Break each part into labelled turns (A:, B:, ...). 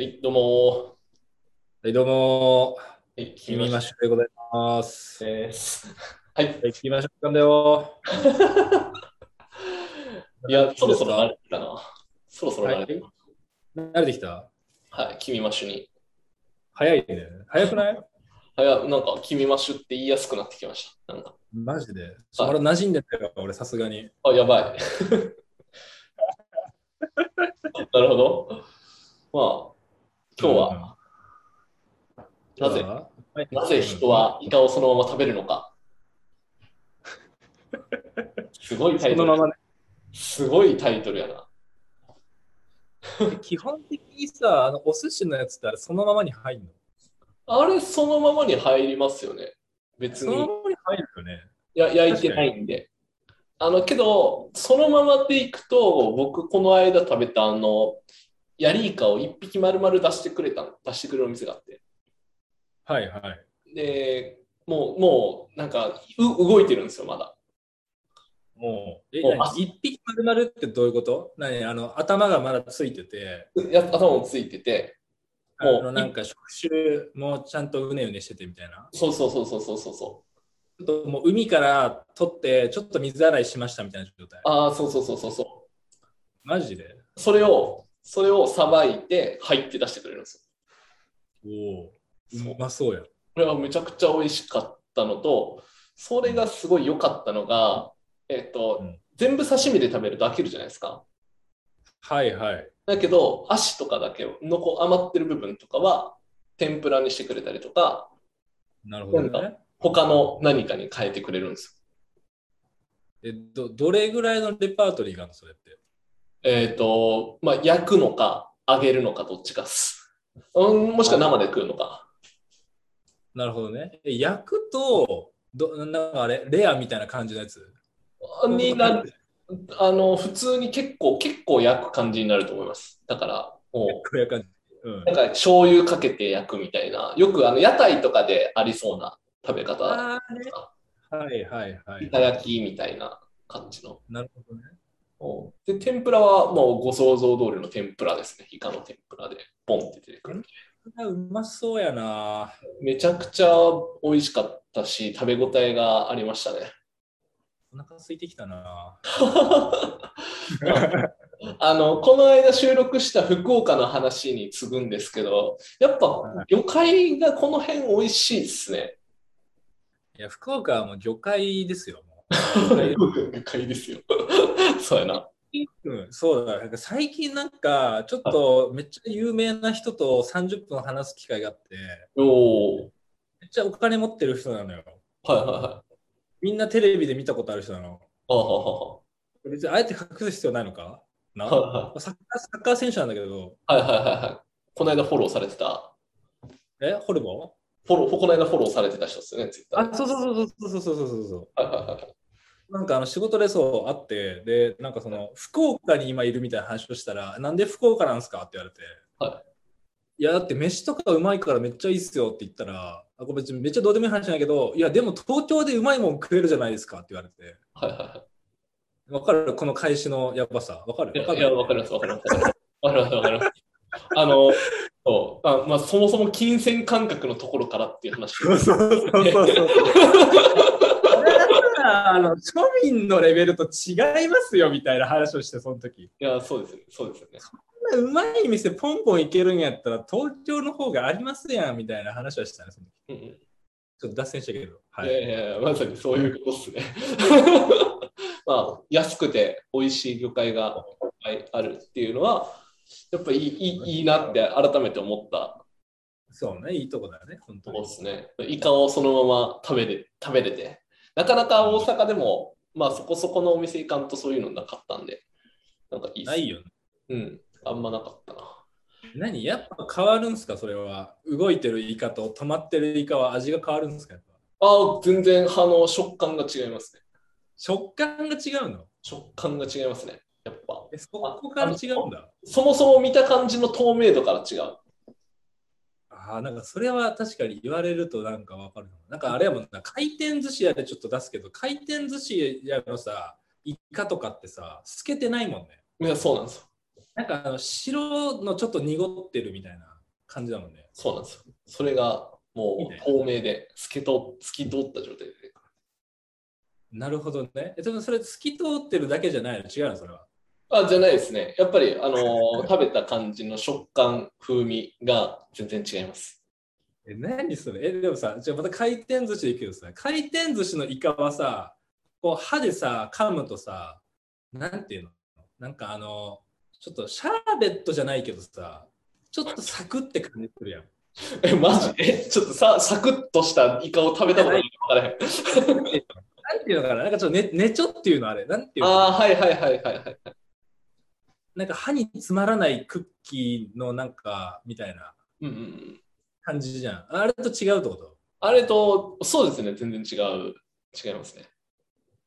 A: はい、どうも
B: はい、どうも、
A: ー。はい、聞
B: 君ましょうでございます。は
A: です。はい。
B: い、君ましょうなんだよ。
A: いや、そろそろ慣れてきたな。そろそろ慣れてき
B: 慣れてきた
A: た。はい、君マッシュに。
B: 早いね。早 くない
A: はいや、なんか、君マッシュって言いやすくなってきました。なんか、
B: マジで。俺、馴染んでたよ、俺、さすがに。
A: あ、やばい。 なるほど。まあ、今日は、
B: うん、
A: なぜ
B: 今日
A: なぜ人はイカをそのまま食べるのか。すごいタ
B: そ
A: イト
B: のま
A: ル。
B: まね、
A: すごいタイトルやな。
B: 基本的にさ、あのお寿司のやつってあれ、そのままに入るの。
A: あれ、そのままに入りますよね。別
B: そ
A: に
B: の。ままに入るよね。
A: や焼いてないんで。あのけど、そのままでいくと、僕、この間食べたあの、ヤリイカを一匹丸々出してくれたの、出してくれるお店があって。
B: はいはい。
A: で、もう、もう、なんか、う動いてるんですよ、まだ。
B: もう、え、
A: もう
B: 何一匹丸々ってどういうこと何あの、頭がまだついてて、
A: うや頭もついてて、
B: あ
A: もう
B: のなんか触手もちゃんとうねうねしててみたいな。
A: そうそうそうそうそうそうそう。
B: ちょっともう海から取って、ちょっと水洗いしましたみたいな状態。
A: ああ、そうそうそうそうそ
B: マジで
A: う。それを、それをさばいて、入って出してくれるんですよ。
B: おお、
A: そう
B: うまそうや。
A: これはめちゃくちゃ美味しかったのと、それがすごい良かったのが、えっと、
B: うん
A: 全部刺身で食べると飽きるじゃないですか。
B: はいはい。
A: だけど、足とかだけのこう余ってる部分とかは、天ぷらにしてくれたりとか、
B: なるほど
A: な
B: ね。
A: 他の何かに変えてくれるんです
B: えどどれぐらいのレパートリーがあるのそれって。
A: よ。えっ、と、まあ、焼くのか、揚げるのか、どっちかっす。うん、もしくは生で食うのか。
B: なるほどね。え焼くと、どなんかあれ、レアみたいな感じのやつ。
A: になあの、普通に結構、結構焼く感じになると思います。だから、もう。
B: こういう感じ。うん
A: なん、か醤油かけて焼くみたいな、よくあの屋台とかでありそうな食べ方、
B: あーねはいはいはい
A: た。焼きみたいな感じの。
B: なるほどね。
A: で、天ぷらはもうご想像通りの天ぷらですね。イカの天ぷらで、ポンって出てくる。
B: あうまそうやな。
A: めちゃくちゃ美味しかったし、食べ応えがありましたね。
B: お腹空いてきたな。
A: あの、この間収録した福岡の話に次ぐんですけど、やっぱ魚介がこの辺美味しいですね。
B: いや、福岡はもう魚介ですよ。もう 魚介
A: 魚介ですよ。 そうやな。
B: うん、そうだ、なんか最近なんか、ちょっとめっちゃ有名な人と30分話す機会があって、
A: おー。
B: めっちゃお金持ってる人なのよ。
A: はいはいはい。
B: みんなテレビで見たことある人なの。
A: あは
B: 別にあえて隠す必要ないのかな
A: はは
B: サッカーサッカー選手なんだけど、
A: はいはいはいはい。この間フォローされてた、
B: え、ホルモ
A: フォロー、この間フォローされてた人ですよね、ツイッ
B: ン
A: ター。
B: あ、そうそうそうそうそうそうそうそう
A: はいはいはい。
B: そう。なんかあの仕事でそうあって、で、なんかその福岡に今いるみたいな話をしたら、なんで福岡なんすかって言われて、、
A: はい
B: や、だって飯とかうまいからめっちゃいいっすよって言ったら、あこれ別にめっちゃどうでもいい話なんだけど、いや、でも東京でうまいもん食えるじゃないですかって言われて、
A: はいは
B: わかるこの返しのやばさ。わかる
A: い
B: わか
A: はい。い
B: る
A: や、わかりますわかります。わかりますわかります。あの、そうあまあ、そもそも金銭感覚のところからっていう話。
B: そうそうそう そうそう。これはさあの庶民のレベルと違いますよみたいな話をして、その時。
A: いや、そうですよね。そうですよね。
B: こんなうまい店ポンポン行けるんやったら東京の方がありますやんみたいな話はしたね。その時
A: うんうん
B: ちょっと脱線したけど。はいい。
A: やいやいや、まさにそういうことです ね。まあ、安くて美味しい魚介がいっぱいあるっていうのは、やっぱいいいいいいなって改めて思った
B: そうね、いいとこだよね、本
A: そう
B: 当
A: で
B: に。
A: すね。イカをそのまま食べれ食べれて。なかなか大阪でも、まあそこそこのお店行かんとそういうのなかったんで、なんかいいっす
B: ないよね。
A: うん。あんまなかったな。
B: 何やっぱ変わるんすかそれは。動いてるイカと止まってるイカは味が変わるんすかやっぱ
A: あ全然、あの、食感が違いますね。
B: 食感が違うの
A: 食感が違いますね。やっぱ。
B: えそこから違うんだ。
A: そもそも見た感じの透明度から違う。
B: ああ、なんかそれは確かに言われるとなんかわかるな。なんかあれやもんな、回転寿司屋でちょっと出すけど、回転寿司屋のさ、イカとかってさ、透けてないもんね。
A: いや、そうなんですよ。
B: なんかあの白のちょっと濁ってるみたいな。感じだもんね。
A: そうなんですよ。それが
B: いい
A: も
B: ね
A: う透明で透けと透き通った状態で。
B: なるほどね。え、でもそれ透き通ってるだけじゃないの違うのそれは。
A: あじゃないですね。やっぱり、あのー食べた感じの食感、風味が全然違います。
B: え、何それえ、でもさ、じゃあまた回転寿司でいくけどさ、回転寿司のイカはさ、こう歯でさ、噛むとさ、なんていうのなんかあの、ちょっとシャーベットじゃないけどさ、ちょっとサクって感じするやん。
A: え、マジえ、ちょっとさ、サクッとしたイカを食べたことないから分からへん。
B: なんていうのかななんかちょっとね、ねちょっていうのあれ。なんていうの
A: ああー、はいはいはいはいはい。
B: なんか歯につまらないクッキーのなんか、みたいな
A: うんうんうん。
B: 感じじゃん。あれと違うってこと
A: あれと、そうですね、全然違う。違いますね。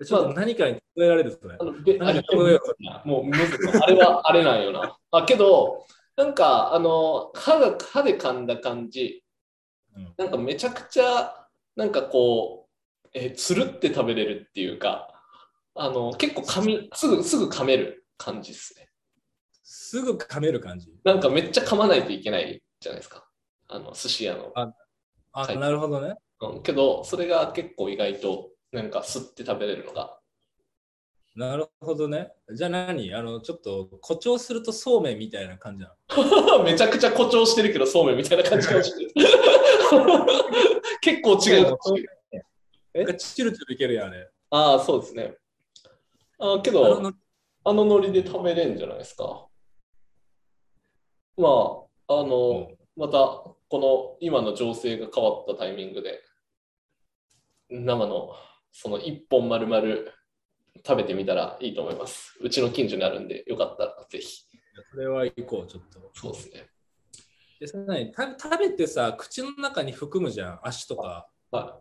B: ちょっと何かに例えられるそれ
A: あ。のべ
B: なんか
A: あの
B: 例え
A: もうむずいなあれはあれなんよな。あけど、なんかあの歯が歯で噛んだ感じ、
B: うん
A: なんかめちゃくちゃなんかこう、えつるって食べれるっていうか、あの結構噛みすぐすぐ噛める感じですね。
B: すぐ噛める感じ。
A: なんかめっちゃ噛まないといけないじゃないですか。あの寿司屋の。
B: あ、
A: はい
B: なるほどね。
A: うん、けど、それが結構意外となんかすって食べれるのが。
B: なるほどね。じゃあ何あの、ちょっと誇張するとそうめんみたいな感じなの。
A: めちゃくちゃ誇張してるけど、そうめんみたいな感じかもしれない。結構違うかもしれない。え
B: なんかチルチルいけるやん、あれ。
A: ああ、そうですね。あーけ
B: あ
A: ど、
B: の
A: あのノリで食べれんじゃないですか。まあ、あの、また、この今の情勢が変わったタイミングで、生の、その一本丸々食べてみたらいいと思います。うちの近所にあるんで、よかったらぜひ。
B: それは行こう、ちょっと。
A: そうですね。
B: で、それ何た食べてさ、口の中に含むじゃん、足とか。
A: は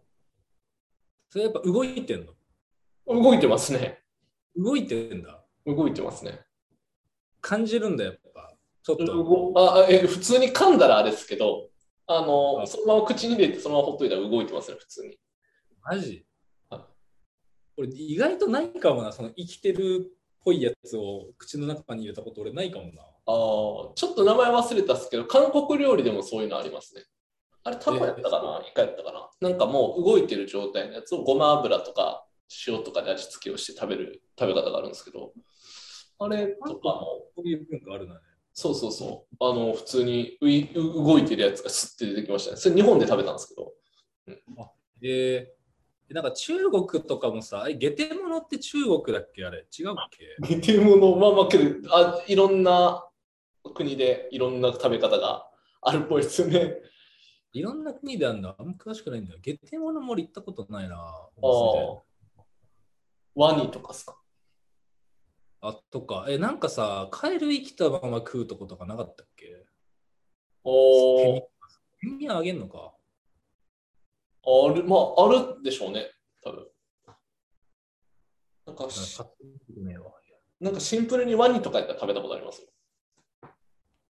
B: それやっぱ動いてんの
A: い。動いてますね。
B: 動いてんだ。
A: 動いてますね。
B: 感じるんだ、やっぱ。ちょっと。
A: 動ああえ普通に噛んだらあれですけど、あの
B: あ
A: そのまま口に入れて、そのままほっといたら動いてますね、普通に。
B: マジ
A: あ
B: 俺意外とないかもな、その生きてるっぽいやつを口の中に入れたこと俺ないかもな。
A: あーちょっと名前忘れたっすけど、韓国料理でもそういうのありますね。あれ、タコやったかなイカやったかななんかもう動いてる状態のやつをごま油とか塩とかで味付けをして食べる食べ方があるんですけど、あれとかも、
B: こういう文化あるなね。
A: そうそうそう、あの普通にういう動いてるやつがスッて出てきましたね。それ日本で食べたんですけど、
B: で、なんか中国とかもさ、え、ゲテモノって中国だっけあれ違うっけ
A: 似てるもの、まあまあけどあ、いろんな国でいろんな食べ方があるっぽい ですよね。
B: いろんな国であるんだ。あんま詳しくないんだよ。ゲテモノも俺行ったことないな。
A: あーワニとかっすか
B: あとか、え、なんかさ、カエル生きたまま食うとことかなかったっけ
A: おー
B: 手にあげんのか。
A: ある、まあ、あるでしょうね、多分。なんかし、
B: 勝手に食うねえわ
A: なんかシンプルにワニとかやったら食べたことありますよ。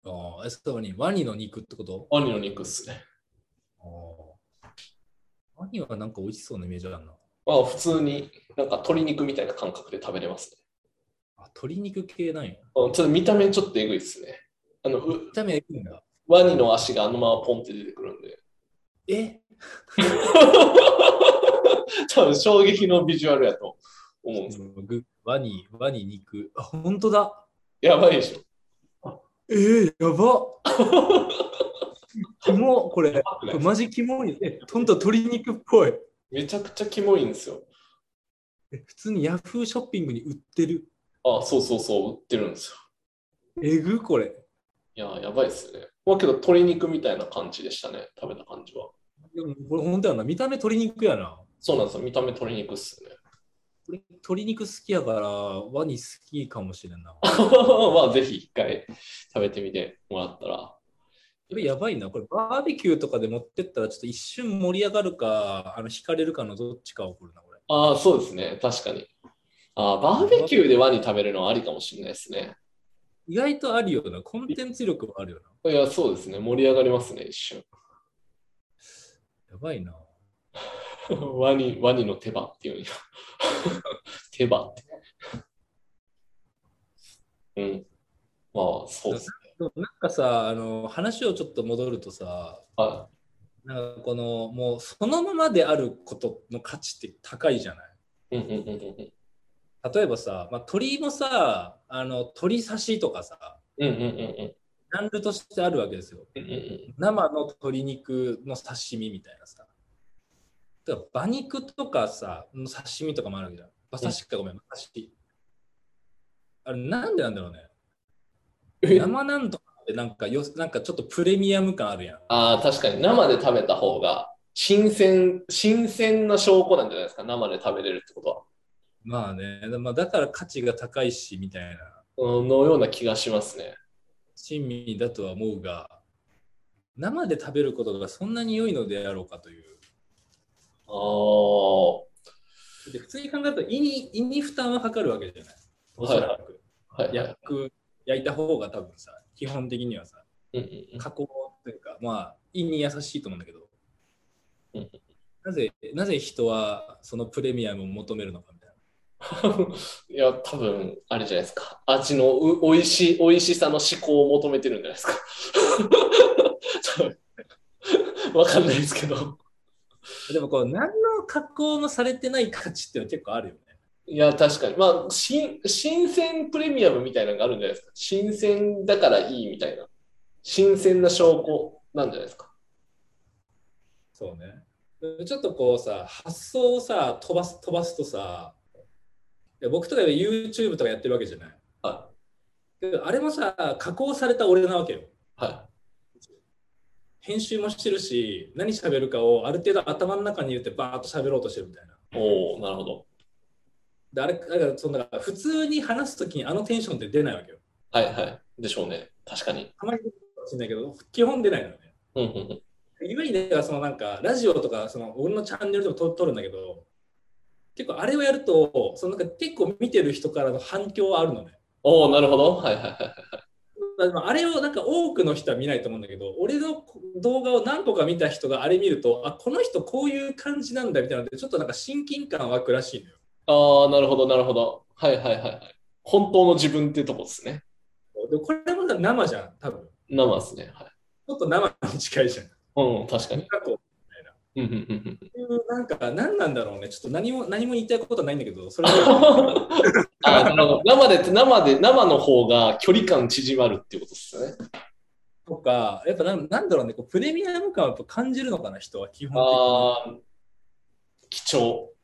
B: ああ、え、そうに、ワニの肉ってこと
A: ワニの肉っすね。
B: ああ。ワニはなんか美味しそうなイメージあるな。
A: まあ、普通に、なんか鶏肉みたいな感覚で食べれますね。
B: あ、鶏肉系なんや。
A: うんちょっと見た目ちょっとえぐいっすね。あの、う
B: 見た目はいいんだ。
A: ワニの足があのままポンって出てくるんで、
B: え
A: 多分衝撃のビジュアルやと思うんですよ。
B: グワニ、ワニ肉。あ、本当だ。
A: やばいでしょ。
B: えー、やば キモこれ、これマジキモい。え、ほんと鶏肉っぽい。
A: めちゃくちゃキモいんですよ。
B: え普通にヤフーショッピングに売ってる。
A: あそうそうそう、売ってるんです
B: えぐこれ。
A: よ。いや、やばいっすね。まあけど、鶏肉みたいな感じでしたね、食べた感じは。
B: でもこれ本当やな。見た目鶏肉やな。
A: そうなんですよ。見た目鶏肉っすね。
B: これ鶏肉好きやから、ワニ好きかもしれんな。
A: まあ、ぜひ一回食べてみてもらったら。
B: これやばいな。これバーベキューとかで持ってったら、ちょっと一瞬盛り上がるか、あの、惹かれるかのどっちか起こるな、これ。
A: ああ、そうですね。確かに。ああ、バーベキューでワニ食べるのはありかもしれないですね。
B: 意外とあるよな。コンテンツ力はあるよな。
A: いや、そうですね。盛り上がりますね、一瞬。
B: やばいな。
A: ワニ、ワニの手羽って いうの手羽って。うん。まあ、そうですね。
B: でもなんかさあの話をちょっと戻るとさ
A: は
B: なんかこのもうそのままであることの価値って高いじゃない
A: い。うんうんうんうん
B: い例えばさ、まあ、鳥もさあの鳥刺しとかさ
A: うんうんうんうん
B: ジャンルとしてあるわけですよ
A: うんうんうん
B: 生の鶏肉の刺身みたいなさ。だから馬肉とかさ、の刺身とかもあるわけじゃん。馬刺しかごめん、馬刺し。あれ、なんでなんだろうね。
A: え
B: 生なんとかってなんかよ、なんかちょっとプレミアム感あるやん。
A: ああ、確かに生で食べた方が新鮮、新鮮な証拠なんじゃないですか、生で食べれるってこ
B: まあね、まあ、だから価値が高いし、みたいな。
A: とは。うんのような気がしますね。
B: 珍味だとは思うが、生で食べることがそんなに良いのであろうかという。
A: ああ。
B: で普通に考えると胃に、胃に負担はかかるわけじゃない。お
A: は
B: そ
A: い
B: らく。
A: はい。
B: 焼く焼いた方が多分さ基本的にはさ
A: うんうん
B: 加工というかまあ胃に優しいと思うんだけど
A: うん
B: なぜなぜ人はそのプレミアムを求めるのかみたい
A: うんいや、多分、あれじゃないですか。味のう美味しい、美味しさの思考を求めてるんじゃないですか。 多分わかんないですけど。
B: なでもこう何の加工もされてない価値っていうのは結構あるよね
A: いや、確かに。まあ、新新鮮プレミアムみたいなのがあるんじゃないですか。新鮮だからいいみたいな。新鮮な証拠なんじゃないですか。
B: そうねちょっとこうさ発想をさ飛ばす飛ばすとさいや僕とかで YouTube とかやってるわけじゃない
A: は
B: けどあれもさ加工された俺なわけよ
A: い。は。
B: 編集もしてるし何喋るかをある程度頭の中に入れてバーッと喋ろうとしてるみたいない
A: おおなるほど。
B: であれだからそのだから普通に話すときにあのテンションって出ないわけよ。
A: はいはい。でしょうね。確かに。
B: たまに出るかもしれないけど、基本出ないのよね。
A: うんうんうん。
B: ゆえに、だからそのなんか、ラジオとか、その俺のチャンネルでも撮撮るんだけど、結構あれをやると、そのなんか結構見てる人からの反響はあるのね。
A: おおなるほど。はいはいはいはい。
B: だからあれをなんか多くの人は見ないと思うんだけど、俺の動画を何個か見た人があれ見ると、あ、この人こういう感じなんだみたいなので、ちょっとなんか親近感湧くらしいのよ。
A: ああ、なるほど、なるほど。はいはいはいはい。本当の自分ってとこですね。
B: で、これも生じゃん、多分。
A: 生ですね。はい。
B: ちょっと生に近いじゃん。
A: うん、確かに。
B: 過去
A: うんうんうん うん。
B: なんか何なんだろうね、ちょっと何も何も言いたいことはないんだけど、それ
A: あーなるほど。生で、生で、生の方が距離感縮まるっていうことですよね。
B: とか、やっぱなんなんだろうね、こうプレミアム感をやっぱ感じるのかな、人は基本
A: ああ、貴重
B: 的に。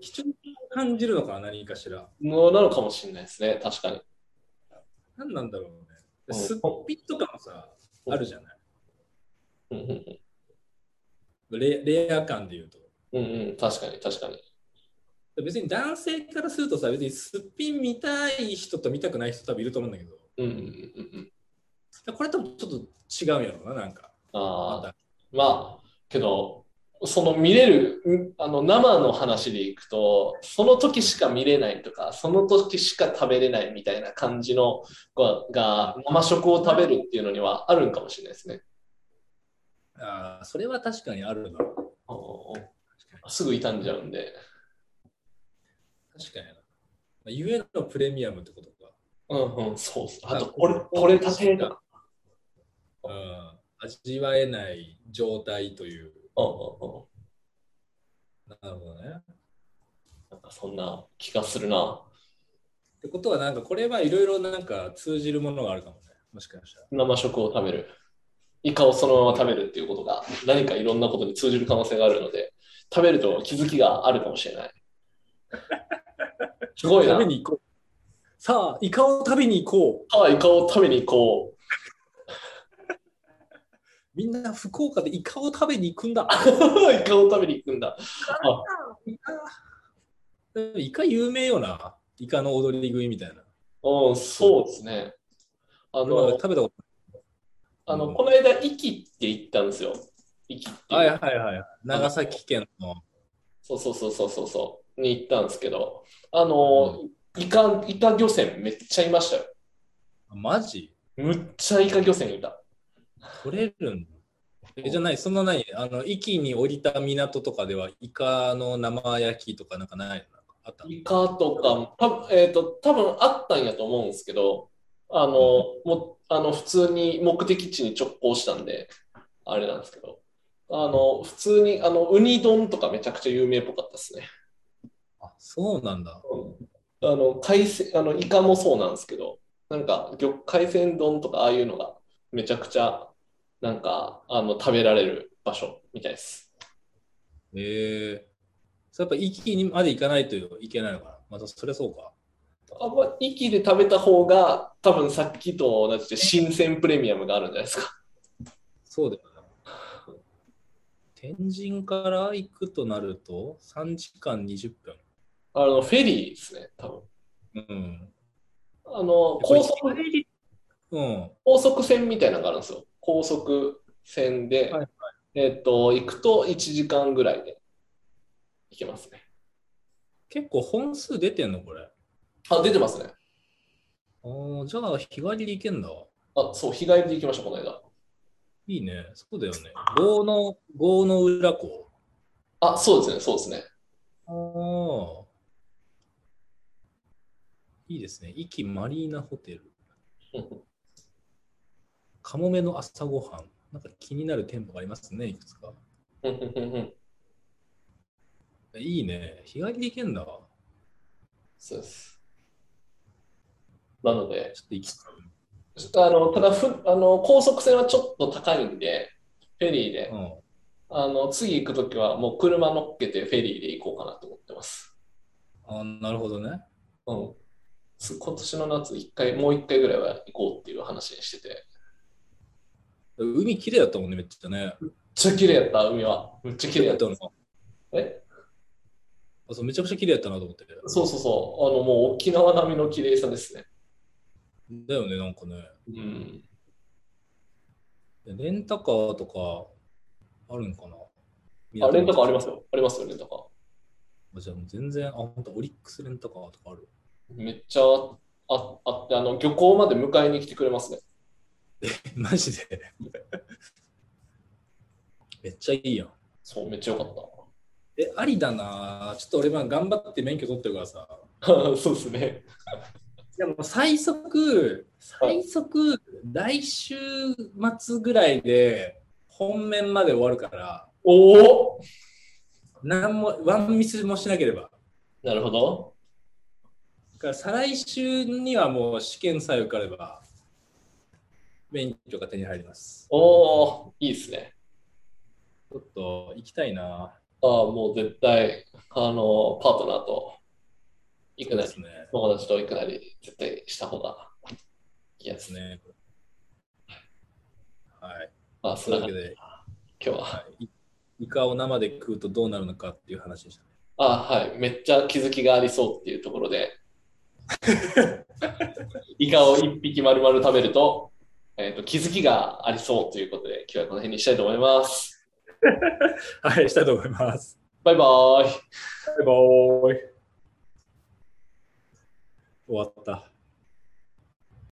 B: 貴重に感じるのかな、何かしら。
A: のなのかもしれないですね。確かに。
B: 何なんだろうね。
A: うん
B: すっぴんとかもさ、あるじゃない。
A: うんうん
B: レレア感で言うと。
A: うん。うんうん、確かに、確かに。
B: 別に男性からするとさ、別にすっぴん見たい人と見たくない人多分いると思うんだけど、
A: うんうんうんうん。
B: これともちょっと違うんやろうな、なんか。
A: あ
B: ま
A: あ、
B: た
A: まあ、けど、その見れる、んあの生の話でいくと、その時しか見れないとか、その時しか食べれないみたいな感じのが、が生食を食べるっていうのにはあるんかもしれないですね。
B: あーそれは確かにあるな。確か
A: すぐ傷んじゃうんで。
B: に確かにな。まあゆえのプレミアムってことか。
A: うんうん、そうっすあと、
B: あ
A: これ、これ食べれた。
B: うん味わえない状態という。
A: うんうんうん。
B: なるほどね。っ
A: なんかそんな気がするな。
B: てことは、なんかこれはいろいろなんか通じるものがあるかもね。もしかしたら。
A: 生食を食べる。イカをそのまま食べるっていうことが何かいろんなことに通じる可能性があるので、食べると気づきがあるかもしれない。すごいな
B: 食べ。に行こう。さあ、イカを食べに行こう。
A: ああ、イカを食べに行こう。
B: みんな福岡でイカを食べに行くんだ。
A: イカを食べに行くんだ。
B: イカでもイカ有名よな。イカの踊り食いみたいな。
A: うん、そうですね。あ
B: 俺は
A: の、
B: 食べたこと
A: あのこの間、壱岐って行ったんですよ。壱岐っていう。
B: ない。はいはいはい。長崎県の。
A: そうそうそうそうそうそう。に行ったんですけど、あの、イカ、イカ漁船めっちゃいましたよ。
B: マジ
A: むっちゃイカ漁船いた。
B: 取れるんだ。えじゃない、そんなない、あの、域に降りた港とかでは、イカの生焼きとかなんかないのなんかあった
A: イカとか、たえっ、と、多分あったんやと思うんですけど、あの、もあの普通に目的地に直行したんで、あれなんですけど、あの普通にあのウニ丼とかめちゃくちゃ有名っぽかったですね。
B: あ、そうなんだ。
A: あの海鮮あのイカもそうなんですけど、なんか魚海鮮丼とかああいうのがめちゃくちゃなんかあの食べられる場所みたいです。
B: ええそれやっぱ域にまで行かないといけないのかな。またそれそうか。
A: あんま息で食べた方が多分さっきと同じで新鮮プレミアムがあるんじゃないですか。
B: そうだよな。天神から行くとなると3時間20分。
A: あのフェリーですね、多分。
B: うん。
A: あの高速
B: これ日帰りうん。
A: 高速船みたいなのがあるんですよ。高速船で、
B: はいは
A: えっ、と、行くと1時間ぐらいで行けますね。
B: 結構本数出てんのこれ。
A: あ、出てますね。
B: ああ、じゃあ日帰りで行けんだ。
A: あ、そう、日帰りで行きました、この間。
B: いいね。そうだよね。豪の、豪の裏湖。
A: あ、そうですね、そうですね。
B: ああ。いいですね。壱岐マリーナホテル。カモメの朝ごはん。なんか気になる店舗がありますね、いくつか。いいね。日帰りで行けんだ。ちょ
A: そうです。なので、
B: っと行きたい
A: ちょっとあのただふあの、高速船はちょっと高いんで、フェリーで
B: う、ん。
A: あの次行くときはもう車乗っけてフェリーで行こうかなと思ってます。
B: あーなるほどね。
A: うん、す今年の夏一回、もう一回ぐらいは行こうっていう話にしてて、めっ
B: 海綺麗だったもんね、めっちゃね。
A: ちゃ綺麗やった、海は。めっちゃ綺麗やった。
B: な。
A: え
B: あそうめちゃくちゃ綺麗だったなと思って。
A: そうそうそう、あのもう沖縄並みの綺麗さですね。
B: だよね、なんかね。
A: うん、
B: レンタカーとかあるのかな
A: あレンタカーありますすよ、ありますよ、レンタカー。
B: じゃあもう全然、あ、本当オリックスレンタカーとかある。
A: めっちゃああって、あの漁港まで迎えに来てくれますね。
B: マジで。めっちゃいいやん。
A: そう、めっちゃよかった。
B: え、ありだなちょっと俺は頑張って免許取ってるからさ。
A: そうですね。
B: でも最速、最速、来週末ぐらいで本面まで終わるから、
A: おお
B: なんも、ワンミスもしなければ。
A: なるほど。
B: だから再来週にはもう試験さえ受かれば、免許が手に入ります。
A: おおいいですね。
B: ちょっと行きたいな。
A: ああ、もう絶対、あの、パートナーと行くな
B: で
A: り、
B: すね。
A: 友達と行くなり、絶対した方がいいや
B: で
A: つ
B: す
A: ね。
B: ね。はい。
A: まあ、そ
B: とい
A: ん
B: う
A: な
B: わ
A: 感
B: け
A: じ
B: で、
A: 今日は。
B: はい、イイカを生で食うとどうなるのかっていう話でした、ね。
A: ああ、はい。めっちゃ気づきがありそうっていうところ で、イカを一匹丸々食べると、えっ、と、気づきがありそうということで、今日はこの辺にしたいと思います。
B: はい、したいと思います。
A: バイバーイ。
B: バイバイ。終わった。